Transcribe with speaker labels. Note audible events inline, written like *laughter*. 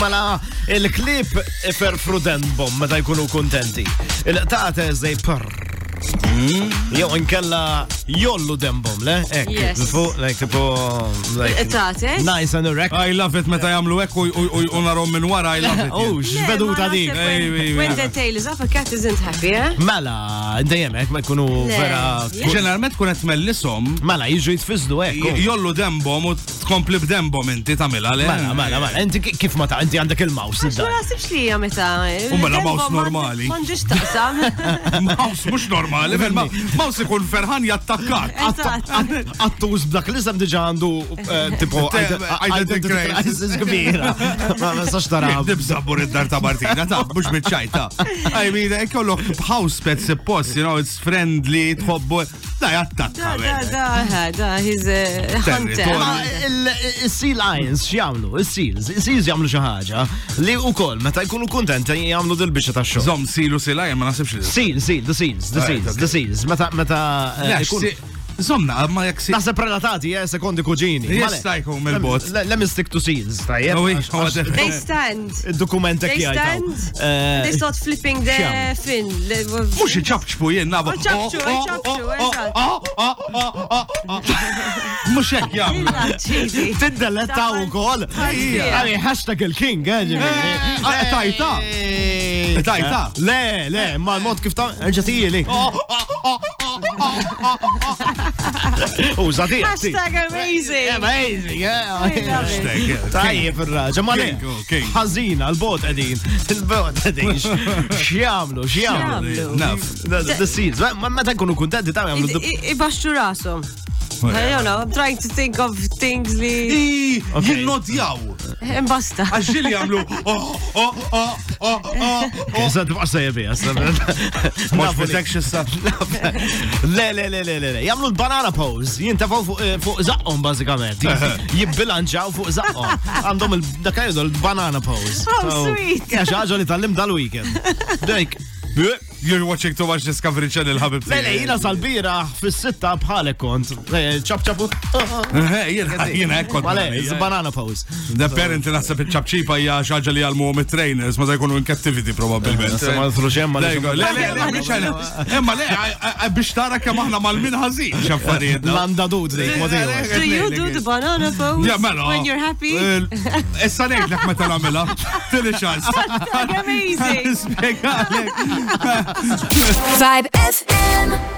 Speaker 1: mela il-klip per Frudenbom meta jkunu kontenti. Il-qtaqat zej per.
Speaker 2: Hmm?
Speaker 1: Jew inkella jollu dembom, le? Ek,
Speaker 2: Yes.
Speaker 1: fuq, like, tipo, like,
Speaker 2: Taqtek?
Speaker 1: nice and erect.
Speaker 2: Oh,
Speaker 3: I love it meta jagħmlu hekk u- u- u u narom minn wara I
Speaker 2: *laughs*
Speaker 3: love it. yeah.
Speaker 1: Oh,
Speaker 2: Mela,
Speaker 1: x'veduta dik.
Speaker 3: Ej, ej, ej.
Speaker 2: When the tail is up, a cat isn't happy, eh?
Speaker 1: Mela, dejjem hekk ma jkunu
Speaker 2: Le,
Speaker 1: vera.
Speaker 2: yeah.
Speaker 3: Ġeneralment kun qed mellisom
Speaker 1: Mela, jiġu jitfizdu oh. hekk. u.
Speaker 3: jollu dembom u tkompli b'dembom inti tagħmilha le.
Speaker 1: Mela, mela, mela, inti ki- kif ma ta' inti għandek il-mouse
Speaker 2: Għax ma
Speaker 1: id-dar.
Speaker 2: nasibx li hija meta.
Speaker 3: U mela
Speaker 2: Tempo
Speaker 3: mouse
Speaker 2: ma-
Speaker 3: normali.
Speaker 2: Ma nġiex
Speaker 3: *laughs*
Speaker 2: taqsam.
Speaker 3: Maws mhux normali, vel ma- maws ikun ferħan
Speaker 2: Eh.
Speaker 3: jattakkat.
Speaker 2: Eżatt.
Speaker 1: Attuż b'dak li sem diġa għandu eh, tipo
Speaker 3: Tem- identity
Speaker 1: identity
Speaker 3: crisis.
Speaker 1: crisis
Speaker 2: *laughs*
Speaker 1: kbira. Ma ma sax tara.
Speaker 3: Dib zabbur id-dar ta' Martina, ta' mux bitċajta. I mean, kollok house pet suppost, you know, it's friendly, tħobbu. Da,
Speaker 2: Da, da,
Speaker 3: jattakka.
Speaker 2: da, da, da, he's eh, a hunter.
Speaker 3: Territorial.
Speaker 1: Ma il- il-Sea Lions x'jagħmlu? Il-Seals, il-Seals jagħmlu xi ħaġa li wkoll meta jkunu kuntenti jagħmlu dil-biċċa tax-xogħol.
Speaker 3: Zom, silu sila, jem ma nasibx li.
Speaker 1: Seal, seal, the seals, the
Speaker 3: Right,
Speaker 1: seals,
Speaker 3: okay.
Speaker 1: the seals. Meta meta eh,
Speaker 3: Lex,
Speaker 1: ikun-
Speaker 3: Eh, si- Zomna, ma jak si.
Speaker 1: Naħseb relatati, eh, sekondi kuġini.
Speaker 3: Yes,
Speaker 1: Male,
Speaker 3: tajkom il-bot.
Speaker 1: lem- Let me stick to seals, tajjeb.
Speaker 3: Oh, wait,
Speaker 1: għax-
Speaker 3: oh,
Speaker 1: għax
Speaker 3: that-
Speaker 2: They stand.
Speaker 1: Il-dokument
Speaker 2: They
Speaker 1: ekki
Speaker 2: stand.
Speaker 3: Eh.
Speaker 2: They
Speaker 1: għajtaw.
Speaker 2: start flipping their fin.
Speaker 3: Mux iċabċbu jien Oh, nabba.
Speaker 2: Iċabċbu, iċabċbu,
Speaker 3: oh,
Speaker 2: eżatt.
Speaker 3: Mux ek jam. *laughs*
Speaker 2: Illa,
Speaker 1: Tiddelletta u kol.
Speaker 2: Ejja.
Speaker 1: Għaj, إيه. hashtag آه، il-king, għagġi.
Speaker 2: إيه.
Speaker 1: آه،
Speaker 3: Tajta. Tajta.
Speaker 1: Le,
Speaker 2: إيه.
Speaker 1: le, ma l-mod kif ta' ġatijili. Użati.
Speaker 2: Hashtag
Speaker 3: Eh,
Speaker 2: amazing.
Speaker 1: Amazing,
Speaker 2: love it.
Speaker 1: Tajjeb il-raġa, ma le.
Speaker 3: King, oh, king.
Speaker 1: Ħazina, l-bot edin. Il-bot edin. Xiamlu, xiamlu.
Speaker 3: Naf.
Speaker 1: The seeds. Ma meta nkunu kuntenti ta'
Speaker 2: I-
Speaker 1: għamlu.
Speaker 2: i- Ibaxxu rasom.
Speaker 3: Eh.
Speaker 2: I don't know, I'm trying to think of things li. Eh,
Speaker 1: Okay.
Speaker 3: Jinnodjaw.
Speaker 2: Imbasta.
Speaker 3: Għaxġil jamlu.
Speaker 1: Kisa tibqa sejbi, *laughs*
Speaker 3: Mux bitek xissa.
Speaker 1: *laughs* Le, le, le, le, le, le. Jamlu l-banana pose. Jintafaw fuq- eh, fuq zaqqom, bazzikament.
Speaker 2: *laughs*
Speaker 1: Jibbilanċaw fuq zaqqom. Għandhom il- dak jgħidu l-banana pose.
Speaker 2: Oh,
Speaker 1: So,
Speaker 2: sweet.
Speaker 1: hija xi ħaġa li tal-lim dal-weekend.
Speaker 2: *laughs*
Speaker 1: Dejk.
Speaker 3: You're watching too much Discovery Channel, ħabib.
Speaker 1: Le, le, jina sal-bira fis-sitta bħalek kont. Eh, Le, Ċab
Speaker 2: *laughs*
Speaker 1: ċabu.
Speaker 3: Jina ekkot.
Speaker 1: Ma le, it's banana pose.
Speaker 3: Apparently naħseb iċabċipa hija xaġa li għalmu għom trainers ma ta' jkunu in cattivity probabbilment.
Speaker 1: Nasa ma nithrux hemm, ma
Speaker 3: Le,
Speaker 1: nithrux-
Speaker 3: le, le, le, biex għana. Imma le, a- a- biex tara kemm aħna mal-min ħażin xaffarijiet. da.
Speaker 1: Landa dud dejk, ma dejk.
Speaker 2: Do you do the banana pose
Speaker 3: Ja, mela.
Speaker 2: when you're happy?
Speaker 3: Il- Issa ngħid lek meta nagħmilha. Tili xans. *laughs*
Speaker 2: Amazing.
Speaker 3: Spjegalek.
Speaker 4: Vibe FM.